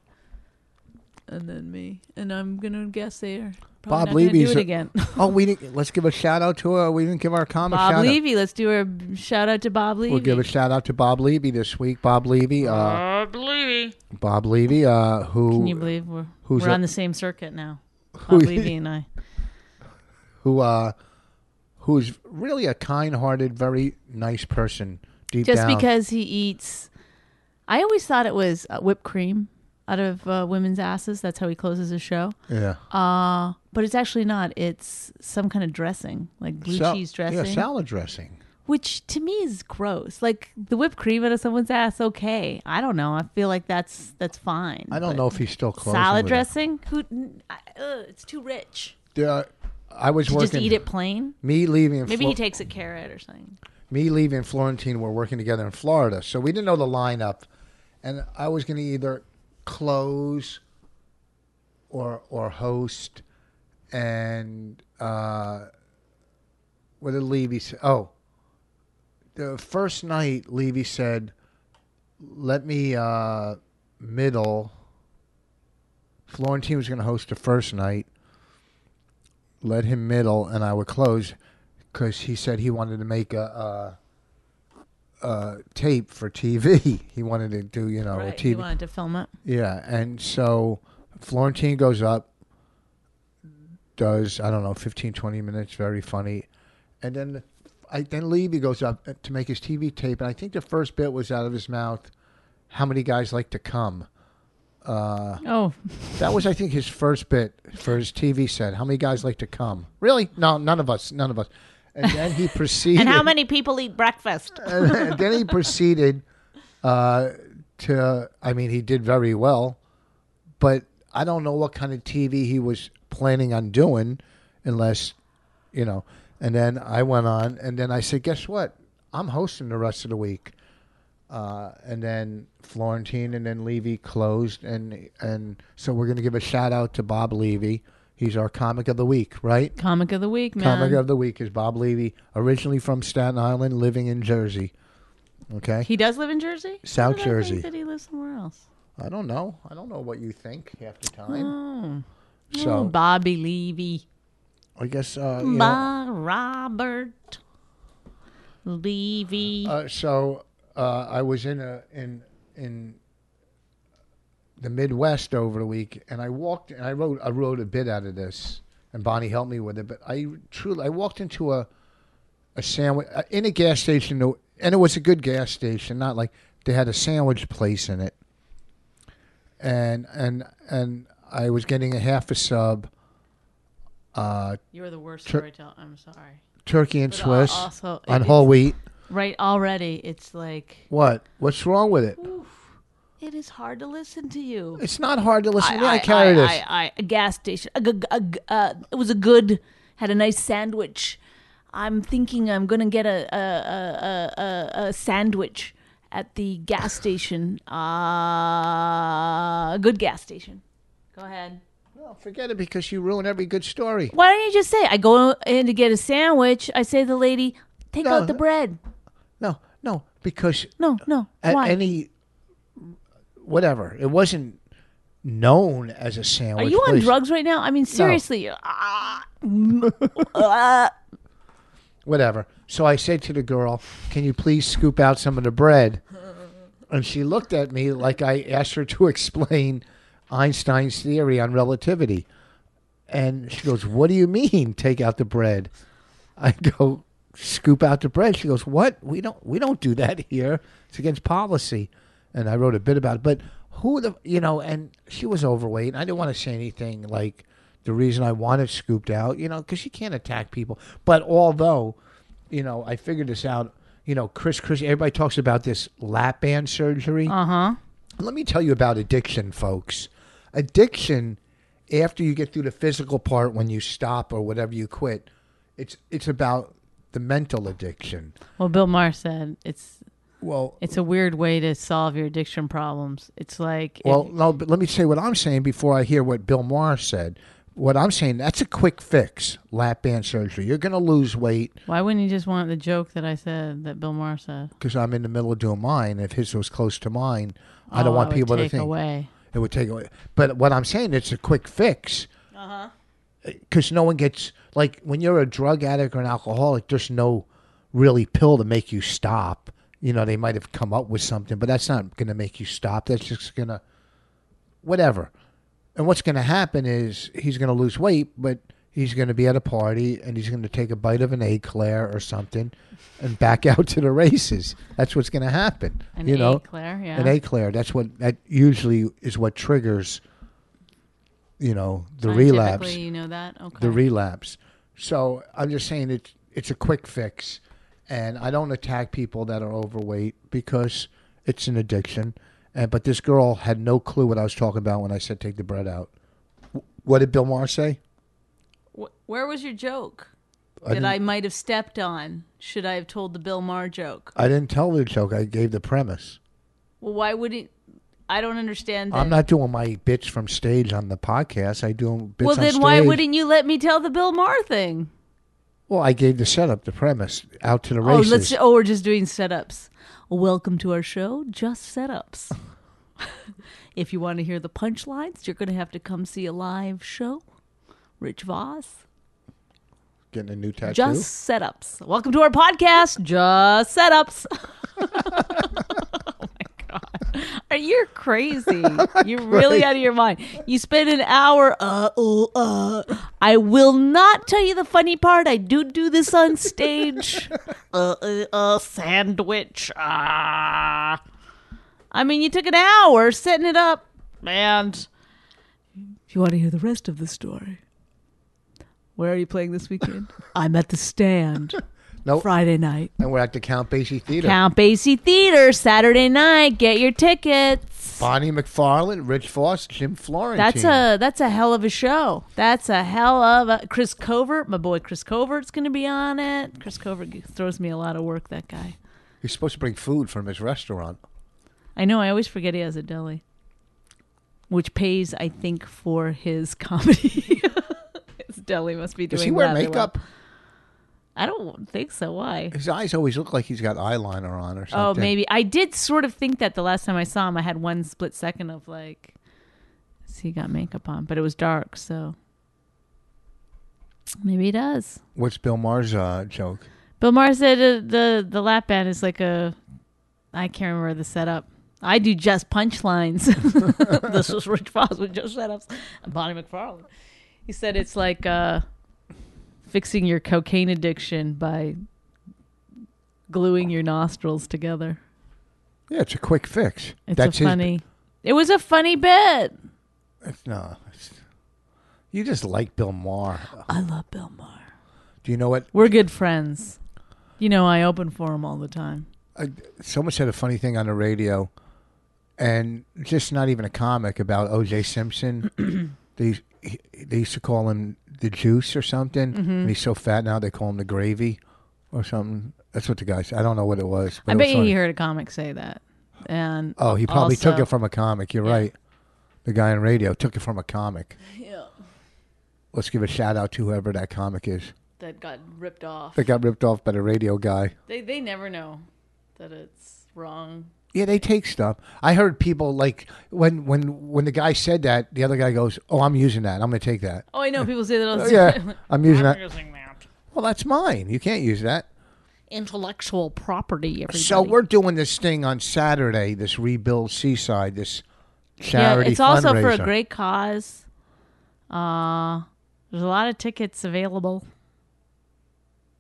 And then me. And I'm gonna guess they are Bob probably not gonna Levy's do a- it again. Oh, we didn't. Let's give a shout out to her. We didn't give our comic Bob shout out. Levy. Let's do a b- shout out to Bob Levy. We'll give a shout out to Bob Levy this week. Bob Levy. Uh, Bob Levy. Bob Levy. Uh, who? Can you believe we're who's we're a- on the same circuit now? Who- Bob Levy and I. who uh who's really a kind-hearted, very nice person deep just down. because he eats i always thought it was uh, whipped cream out of uh, women's asses that's how he closes his show yeah, uh, but it's actually not it's some kind of dressing like blue Sal- cheese dressing Yeah, salad dressing. which to me is gross like the whipped cream out of someone's ass okay i don't know i feel like that's that's fine I don't but know if he's still closing. salad with it. dressing who n- I, ugh, it's too rich There are- I was to working. just eat it plain Me leaving. maybe Flo- he takes a carrot or something me leaving Florentine were working together in Florida, so we didn't know the lineup, and I was going to either close or or host, and uh, what did Levy say? Oh, the first night Levy said, "Let me uh, middle." Florentine was going to host the first night. Let him middle, and I would close because he said he wanted to make a, a, a tape for TV. he wanted to do, you know, a right TV. you wanted to film it yeah, and so Florentine goes up. does I don't know 15, 20 minutes, very funny, and then I then Levy goes up uh, to make his TV tape, and I think the first bit was out of his mouth. How many guys like to come? Oh, That was, I think, his first bit for his TV set. How many guys like to come? Really? No, none of us. None of us. And then he proceeded. and how many people eat breakfast? and then he proceeded uh, to. I mean, he did very well, but I don't know what kind of TV he was planning on doing, unless you know. And then I went on, and then I said, "Guess what? I'm hosting the rest of the week." Uh, and then Florentine, and then Levy closed, and and so we're going to give a shout out to Bob Levy. He's our comic of the week, right? Comic of the week, man. Comic of the week is Bob Levy, originally from Staten Island, living in Jersey. Okay, he does live in Jersey. South Why did I Jersey. think that he lives somewhere else. I don't know. I don't know what you think half the time. Oh, So Oh, Bobby Levy, I guess uh, you know, Bob Robert Levy. uh, so. Uh, I was in a in in the Midwest over the week, and I walked and I wrote I wrote a bit out of this, and Bonnie helped me with it. But I truly I walked into a a sandwich uh, in a gas station, and it was a good gas station, not like they had a sandwich place in it. And and and I was getting a half a sub, uh, You're the worst Tur- storyteller. I'm sorry. turkey and But al- Swiss also, on it- whole wheat. Right already, it's like What? What's wrong with it? it is hard to listen to you. It's not hard to listen to. I, carry this. I, I- a gas station. A, g- a g- uh, it was a good. Had a nice sandwich. I'm thinking I'm gonna get a a, a, a, a sandwich at the gas station. Uh, a good gas station. Go ahead. No, forget it because you ruin every good story. Why don't you just say I go in to get a sandwich? I say to the lady, take No. out the bread. No, no, because No, no. at Why? any whatever, it wasn't known as a Are sandwich. you on place. drugs right now? I mean, seriously. Ah. Ah. Whatever. So I said to the girl, "Can you please scoop out some of the bread?" And she looked at me like I asked her to explain Einstein's theory on relativity. And she goes, "What do you mean, take out the bread?" I go, "Scoop out the bread." She goes, "What? We don't we don't do that here. It's against policy." And I wrote a bit about it, but who the you know? And she was overweight. And I didn't want to say anything like the reason I wanted scooped out, you know, because you can't attack people. But although, you know, I figured this out. You know, Chris, Chris, everybody talks about this lap band surgery. Uh huh. Uh-huh. Let me tell you about addiction, folks. Addiction, after you get through the physical part, when you stop or whatever you quit, it's it's about the mental addiction. Well, Bill Maher said it's Well, It's a weird way to solve your addiction problems. It's like if- well, no, but let me say what I'm saying before I hear what Bill Maher said. What I'm saying, that's a quick fix, lap band surgery. You're going to lose weight. why wouldn't you just want the joke that I said that Bill Maher said? because I'm in the middle of doing mine. If his was close to mine, I Oh, don't want would people take to think away. it would take away. But what I'm saying, it's a quick fix. Uh-huh. Because no one gets like when you're a drug addict or an alcoholic, there's no really pill to make you stop. You know, they might have come up with something, but that's not going to make you stop. That's just going to whatever. And what's going to happen is he's going to lose weight, but he's going to be at a party and he's going to take a bite of an eclair or something and back out to the races. That's what's going to happen. An you know, eclair, yeah. an eclair. That's what that usually is what triggers. You know the relapse Scientifically, You know that? Okay. the relapse. So I'm just saying it's it's a quick fix, and I don't attack people that are overweight because it's an addiction. And but this girl had no clue what I was talking about when I said take the bread out. W- What did Bill Maher say? Wh- Where was your joke I that didn't, I might have stepped on? Should I have told the Bill Maher joke? I didn't tell the joke. I gave the premise. Well, why wouldn't? I don't understand that. I'm not doing my bitch from stage on the podcast. I do bits well, on then why stage. wouldn't you let me tell the Bill Maher thing? Well, I gave the setup, the premise, out to the Oh, races. let's. Oh, we're just doing setups. Welcome to our show, just setups. if you want to hear the punchlines, you're going to have to come see a live show. Rich Voss, Getting a new tattoo. just setups. Welcome to our podcast, just setups. oh my god, You're crazy. You're really out of your mind. You spend an hour. Uh, uh, uh. I will not tell you the funny part. I do do this on stage. uh, uh, uh, sandwich. Ah. I mean, you took an hour setting it up, and if you want to hear the rest of the story, where are you playing this weekend? I'm at the stand No, Friday night. and we're at the Count Basie Theater. Count Basie Theater Saturday night. Get your tickets. Bonnie McFarland, Rich Foss, Jim Florentine. That's a that's a hell of a show. That's a hell of a Chris Covert. My boy Chris Covert's going to be on it. Chris Covert g- throws me a lot of work. That guy. He's supposed to bring food from his restaurant. I know. I always forget he has a deli, which pays I think for his comedy. his deli must be doing. Does he wear rather well. makeup? I don't think so. Why? His eyes always look like he's got eyeliner on or Oh, something. maybe I did sort of think that the last time I saw him. I had one split second of like, has he got makeup on? But it was dark, so maybe he does. What's Bill Maher's uh, joke? Bill Maher said uh, the the lap band is like a, I can't remember the setup. I do just punchlines. this was Rich Foss with just setups. and Bonnie McFarlane. He said it's like uh, fixing your cocaine addiction by gluing your nostrils together. Yeah, it's a quick fix. It's That's a his- funny. it was a funny bit. it's- no, it's- you just like Bill Maher. I love Bill Maher. Do you know what? We're good friends. You know, I open for him all the time. I, someone said a funny thing on the radio, and just not even a comic about O.J. Simpson. they he, they used to call him the juice or something, Mm-hmm. and he's so fat now they call him the gravy or something. That's what the guy said. I don't know what it was. But I it bet was you funny. he heard a comic say that. And Oh, he probably took also- it from a comic. You're right. The guy on radio took it from a comic. Yeah. Let's give a shout out to whoever that comic is that got ripped off. that got ripped off by the radio guy. They they never know that it's wrong. Yeah, they take stuff. I heard people like when when when the guy said that, the other guy goes, "Oh, I'm using that. I'm going to take that." Oh, I know people say that all the Oh, time. yeah, I'm using that. Using that Well, that's mine. You can't use that. intellectual property. Everybody. So we're doing this thing on Saturday. This rebuild seaside. This yeah. charity. It's also for a fundraiser. great cause. Uh, there's a lot of tickets available.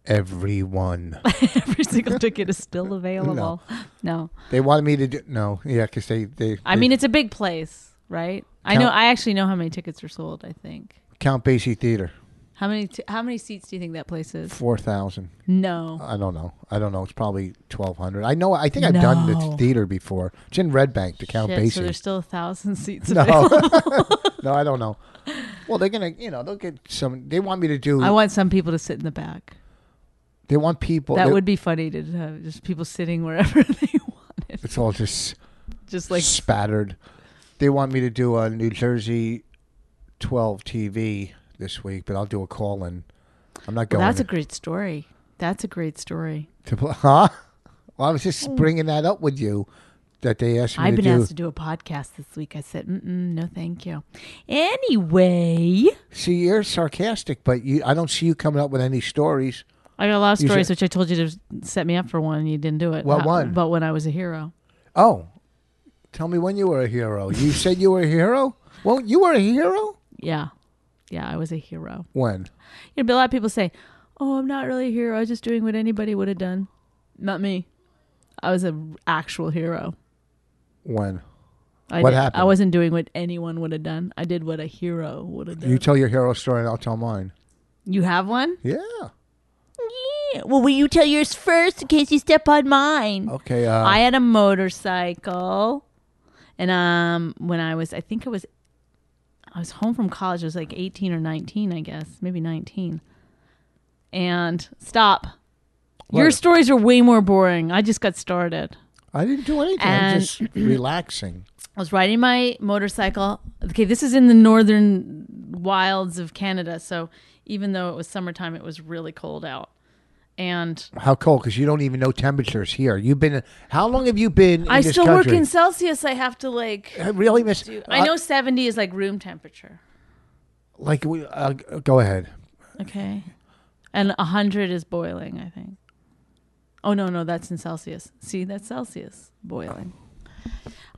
everyone. Every single ticket is still available. no. they wanted me to do no. Yeah, because they they. I they- mean, it's a big place, right? I know. Count- I actually know how many tickets are sold. I think Count Basie Theater how many t- how many seats do you think that place is? four Uh, thousand. No, I don't know. I don't know. It's probably twelve hundred. I know. I think I've done the No. theater before. It's in Red Bank. The Count Shit, Basie. so there's still a thousand seats. No. Available. no, I don't know. Well, they're gonna, you know, they'll get some. They want me to do. I want some people to sit in the back. they want people. That they- would be funny to have just people sitting wherever they wanted. It's all just Just like like spattered. They want me to do a New Jersey twelve TV this week, but I'll do a call in. I'm not going. that's a great story. That's a great story. to, huh? Well, I was just bringing that up with you that they asked me I've to been do. asked to do a podcast this week. I said, Mm-mm, no, thank you. Anyway, See, you're sarcastic, but you, I don't see you coming up with any stories. I got a lot of You stories, should- which I told you to set me up for one, and you didn't do it. What How- one? But when I was a hero. Oh, tell me when you were a hero. You said you were a hero. Well, you were a hero. Yeah. Yeah, I was a hero. When? You know, but a lot of people say, "Oh, I'm not really a hero. I was just doing what anybody would have done." Not me. I was an actual hero. When? I What did- happened? I wasn't doing what anyone would have done. I did what a hero would have done. You You, tell your hero story and I'll tell mine. have one? Yeah. Yeah. Well, will you tell yours first in case you step on mine? Okay. Uh, I had a motorcycle, and um, when I was, I think it was, I was home from college. I was like eighteen or nineteen, I guess, maybe nineteen. And stop. Your What? stories are way more boring. I just got started. I didn't do anything. I'm and- just relaxing. I was riding my motorcycle. Okay, this is in the northern wilds of Canada, so even though it was summertime, it was really cold out. And How cold? Because you don't even know temperatures here. You've been. How long have you been? In I this still country? work in Celsius. I have to like. I really miss. I uh, know seventy is like room temperature. like, we- uh, go ahead. Okay. And 100 is boiling, I think. Oh, no, no, that's in Celsius. See, that's Celsius boiling.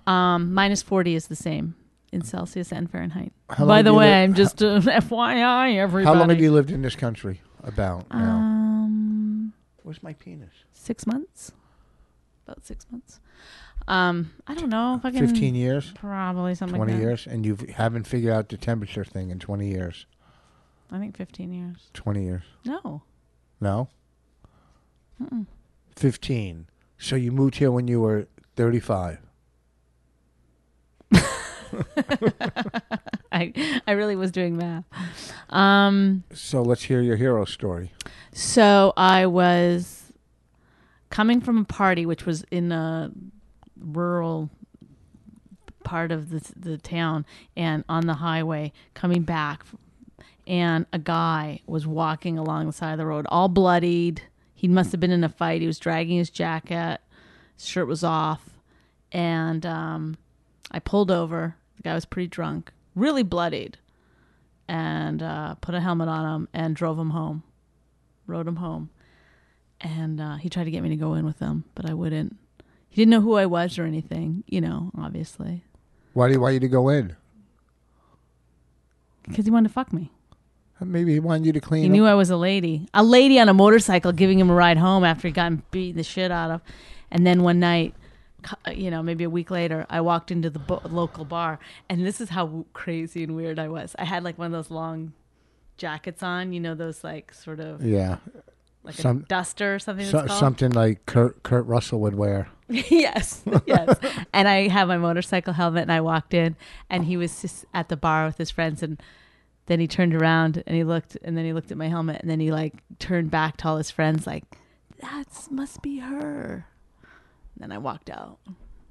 Um, minus 40 is the same in Celsius and Fahrenheit. By How long the have you way, li- I'm just uh, FYI, everybody. Uh, How long have you lived in this country? About now. Um, Where's my penis? six months. About six months. Um, I don't know. Fucking Fifteen years, Probably something twenty like that. years, and you haven't figured out the temperature thing in twenty years. I think 15 years. Twenty years. No. No. 15. So you moved here when you were 35. I, I really was doing math. Um, So let's hear your hero story. So I was coming from a party, which was in a rural part of the the town, and on the highway coming back, and a guy was walking along the side of the road, all bloodied. He must have been in a fight. He was dragging his jacket, his shirt was off, and um, I pulled over. The guy was pretty drunk, really bloodied, and uh, put a helmet on him and drove him home rode him home. And uh, he tried to get me to go in with him, but I wouldn't. He didn't know who I was or anything, you know, obviously, Why do you want you to go in? because he wanted to fuck me. Maybe he wanted you to clean He up. knew I was a lady, a lady on a motorcycle, giving him a ride home after he got beat the shit out of. And then one night, cu- you know, maybe a week later, I walked into the bo- local bar, and this is how w- crazy and weird I was. I had like one of those long jackets on, you know, those like sort of yeah. like some- a duster or something. So, that's called. something like Kurt, Kurt Russell would wear. yes, yes. and I had my motorcycle helmet, and I walked in, and he was just at the bar with his friends, and then he turned around and he looked, and then he looked at my helmet, and then he like turned back to all his friends, like, "That must be her." And then I walked out.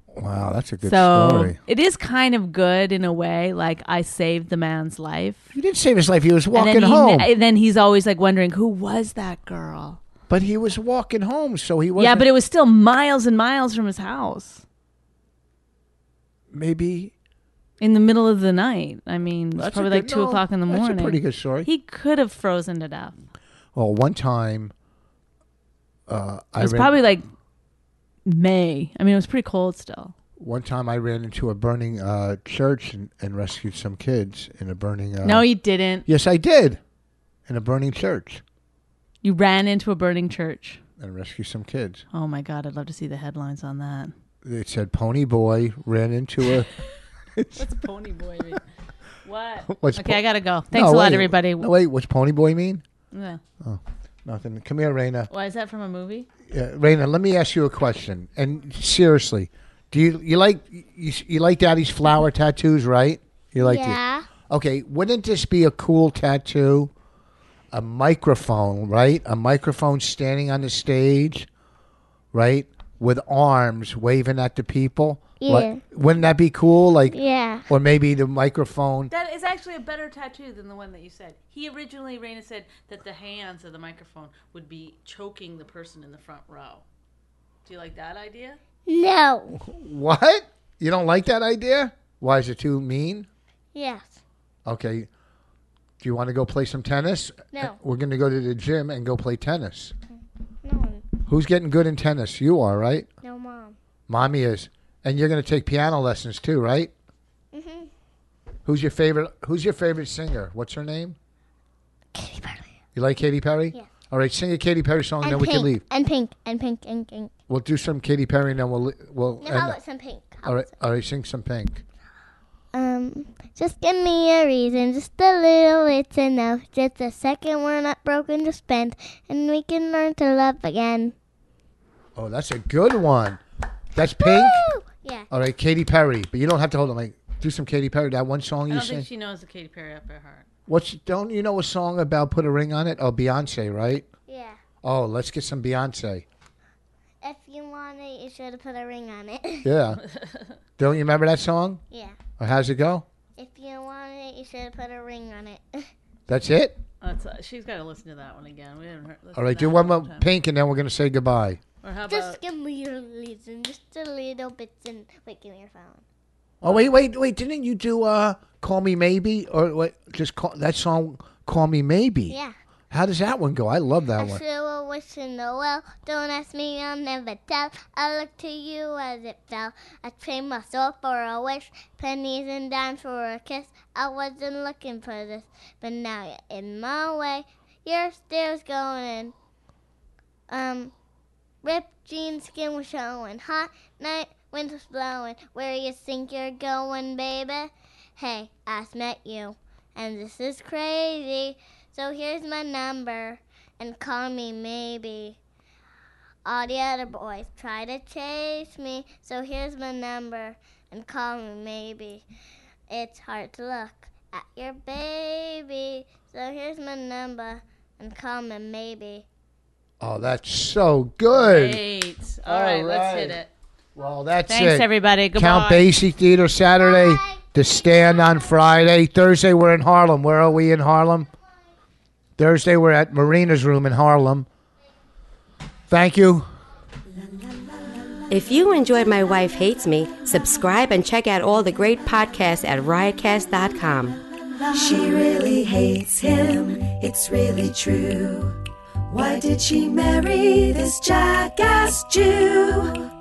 Wow, that's a good so story. it is kind of good in a way, like I saved the man's life. He didn't save his life. He was walking and then, he- home. and then he's always like wondering who was that girl. but he was walking home, so he was yeah, but it was still miles and miles from his house. maybe in the middle of the night. I mean, it's That's a probably good- like two no, o'clock in the that's a morning. pretty good story. He could have frozen to death. well, oh, one time uh I It was ran, probably like May. I mean, it was pretty cold still. one time I ran into a burning uh church and, and rescued some kids in a burning uh, no, you didn't. Yes, I did. In a burning church You ran into a burning church. and rescued some kids. Oh my God, I'd love to see the headlines on that. It said Pony Boy ran into a. What's pony boy mean? What? What's okay, po- I gotta go. Thanks No, a lot, wait. everybody. No, wait, what's Pony Boy mean? Yeah. Nothing. Come here, Raina. Why is that from a movie? Uh, Raina, let me ask you a question. And seriously, do you you like you, you like Daddy's flower tattoos, right? You like these. yeah. Okay, wouldn't this be a cool tattoo? A microphone, right? A microphone standing on the stage, right? With arms waving at the people. Like, wouldn't that be cool? Like, Yeah. or maybe the microphone. That is actually a better tattoo than the one that you said. He originally, Raina said that the hands of the microphone would be choking the person in the front row. Do you like that idea? No. What? You don't like that idea? Why is it too mean? Yes. Okay. Do you want to go play some tennis? No. We're going to go to the gym and go play tennis. No. Who's getting good in tennis? You are, right? No, oh, mom. Mommy is. And you're going to take piano lessons too, right? Mm-hmm. Mhm. Who's your favorite who's your favorite singer? What's her name? Katy Perry. You like Katy Perry? Yeah. All right, sing a Katy Perry song And then pink. we can leave. And pink. And pink. And pink. We'll do some Katy Perry and then we'll li- we'll No, end how up. about some pink? How All right, about all right, sing some pink. Um, just give me a reason, just a little, it's enough. Just a second, we're not broken to spend, and we can learn to love again. Oh, that's a good one. That's pink. Woo! Yeah. All right, Katy Perry, but you don't have to hold on. Like, do some Katy Perry. That one song I you don't sing. think she knows the Katy Perry up her heart. What's don't you know a song about put a ring on it? Oh, Beyonce, right? Yeah. Oh, let's get some Beyonce. If you want it, you should have put a ring on it. Yeah. don't you remember that song? yeah. Or how's it go? If you want it, you should have put a ring on it. That's it. That's, uh, she's got to listen to that one again. We haven't heard. listened All right, to do that one in a more long time. pink, and then we're gonna say goodbye. Or how just about? give me a reason, just a little bit, and wait, give me your phone. Oh wait, wait, wait! Didn't you do uh "Call Me Maybe" or what? Just call that song "Call Me Maybe"? Yeah. How does that one go? I love that I one. sure wish in the well. Don't ask me, I'll never tell. I look to you as it fell. I trade my soul for a wish, pennies and dimes for a kiss. I wasn't looking for this, but now you're in my way. Your stairs going in. Um, ripped jeans, skin was showing. Hot night, wind was blowing. Where you think you're going, baby? Hey, I met you, and this is crazy. So here's my number, and call me maybe. All the other boys try to chase me, so here's my number, and call me maybe. It's hard to look at your baby, so here's my number, and call me maybe. Oh, that's so good. Eight. All right, let's hit right. it. Well, that's Thanks, it. everybody. Goodbye. Count Basie Theater Saturday, The Stand on Friday. Thursday, we're in Harlem. Where are we in Harlem? Thursday, we're at Marina's Room in Harlem. Thank you. If you enjoyed My Wife Hates Me, subscribe and check out all the great podcasts at riotcast.com. She really hates him, it's really true. Why did she marry this jackass Jew?